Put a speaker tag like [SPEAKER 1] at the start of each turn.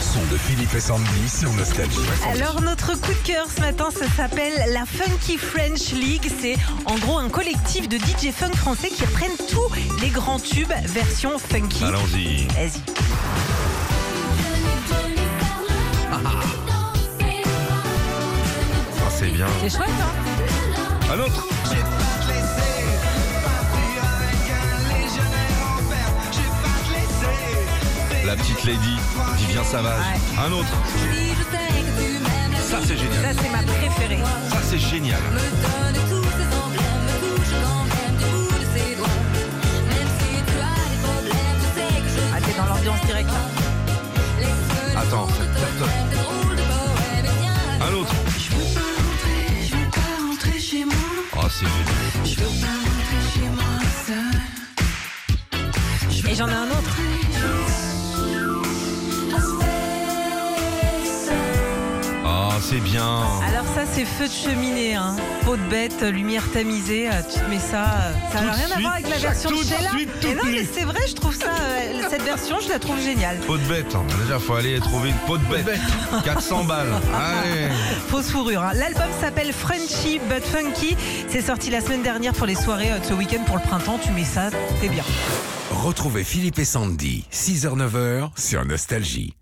[SPEAKER 1] son de Philippe et Sandy sur Nostalgie.
[SPEAKER 2] Alors notre coup de cœur ce matin, ça s'appelle la Funky French League. C'est en gros un collectif de DJ funk français qui reprennent tous les grands tubes version funky.
[SPEAKER 1] Allons-y.
[SPEAKER 2] Vas-y.
[SPEAKER 1] Ah, c'est bien.
[SPEAKER 2] C'est chouette, hein
[SPEAKER 1] Un autre. La petite lady, Vivien Savage. Un autre. Ça, c'est génial.
[SPEAKER 2] Ça, c'est ma préférée.
[SPEAKER 1] Ça, c'est génial.
[SPEAKER 2] Ah, t'es dans l'ambiance directe. là.
[SPEAKER 1] Attends, Un autre.
[SPEAKER 3] Je veux pas rentrer chez moi,
[SPEAKER 1] Ah, c'est génial.
[SPEAKER 3] je veux pas rentrer chez moi seul.
[SPEAKER 2] Et j'en ai un autre.
[SPEAKER 1] Ah, c'est bien.
[SPEAKER 2] Alors ça, c'est feu de cheminée. Hein. Peau de bête, lumière tamisée. euh, Tu te mets ça. euh, Ça
[SPEAKER 1] Tout
[SPEAKER 2] n'a
[SPEAKER 1] de
[SPEAKER 2] rien à
[SPEAKER 1] suite,
[SPEAKER 2] voir avec la
[SPEAKER 1] Jacques,
[SPEAKER 2] version
[SPEAKER 1] tout
[SPEAKER 2] de
[SPEAKER 1] de
[SPEAKER 2] Sheila.
[SPEAKER 1] suite, toute
[SPEAKER 2] mais non, mais
[SPEAKER 1] nue.
[SPEAKER 2] c'est vrai, je trouve ça. euh, cette version, je la trouve géniale.
[SPEAKER 1] Peau de bête. hein. Déjà, faut aller trouver une peau de bête. 400 balles. Allez.
[SPEAKER 2] Fausse fourrure. hein. L'album s'appelle Frenchy But Funky. C'est sorti la semaine dernière pour les soirées euh, de ce week-end pour le printemps. Tu mets ça, c'est bien.
[SPEAKER 4] Retrouvez Philippe et Sandy, 6h-9h sur Nostalgie.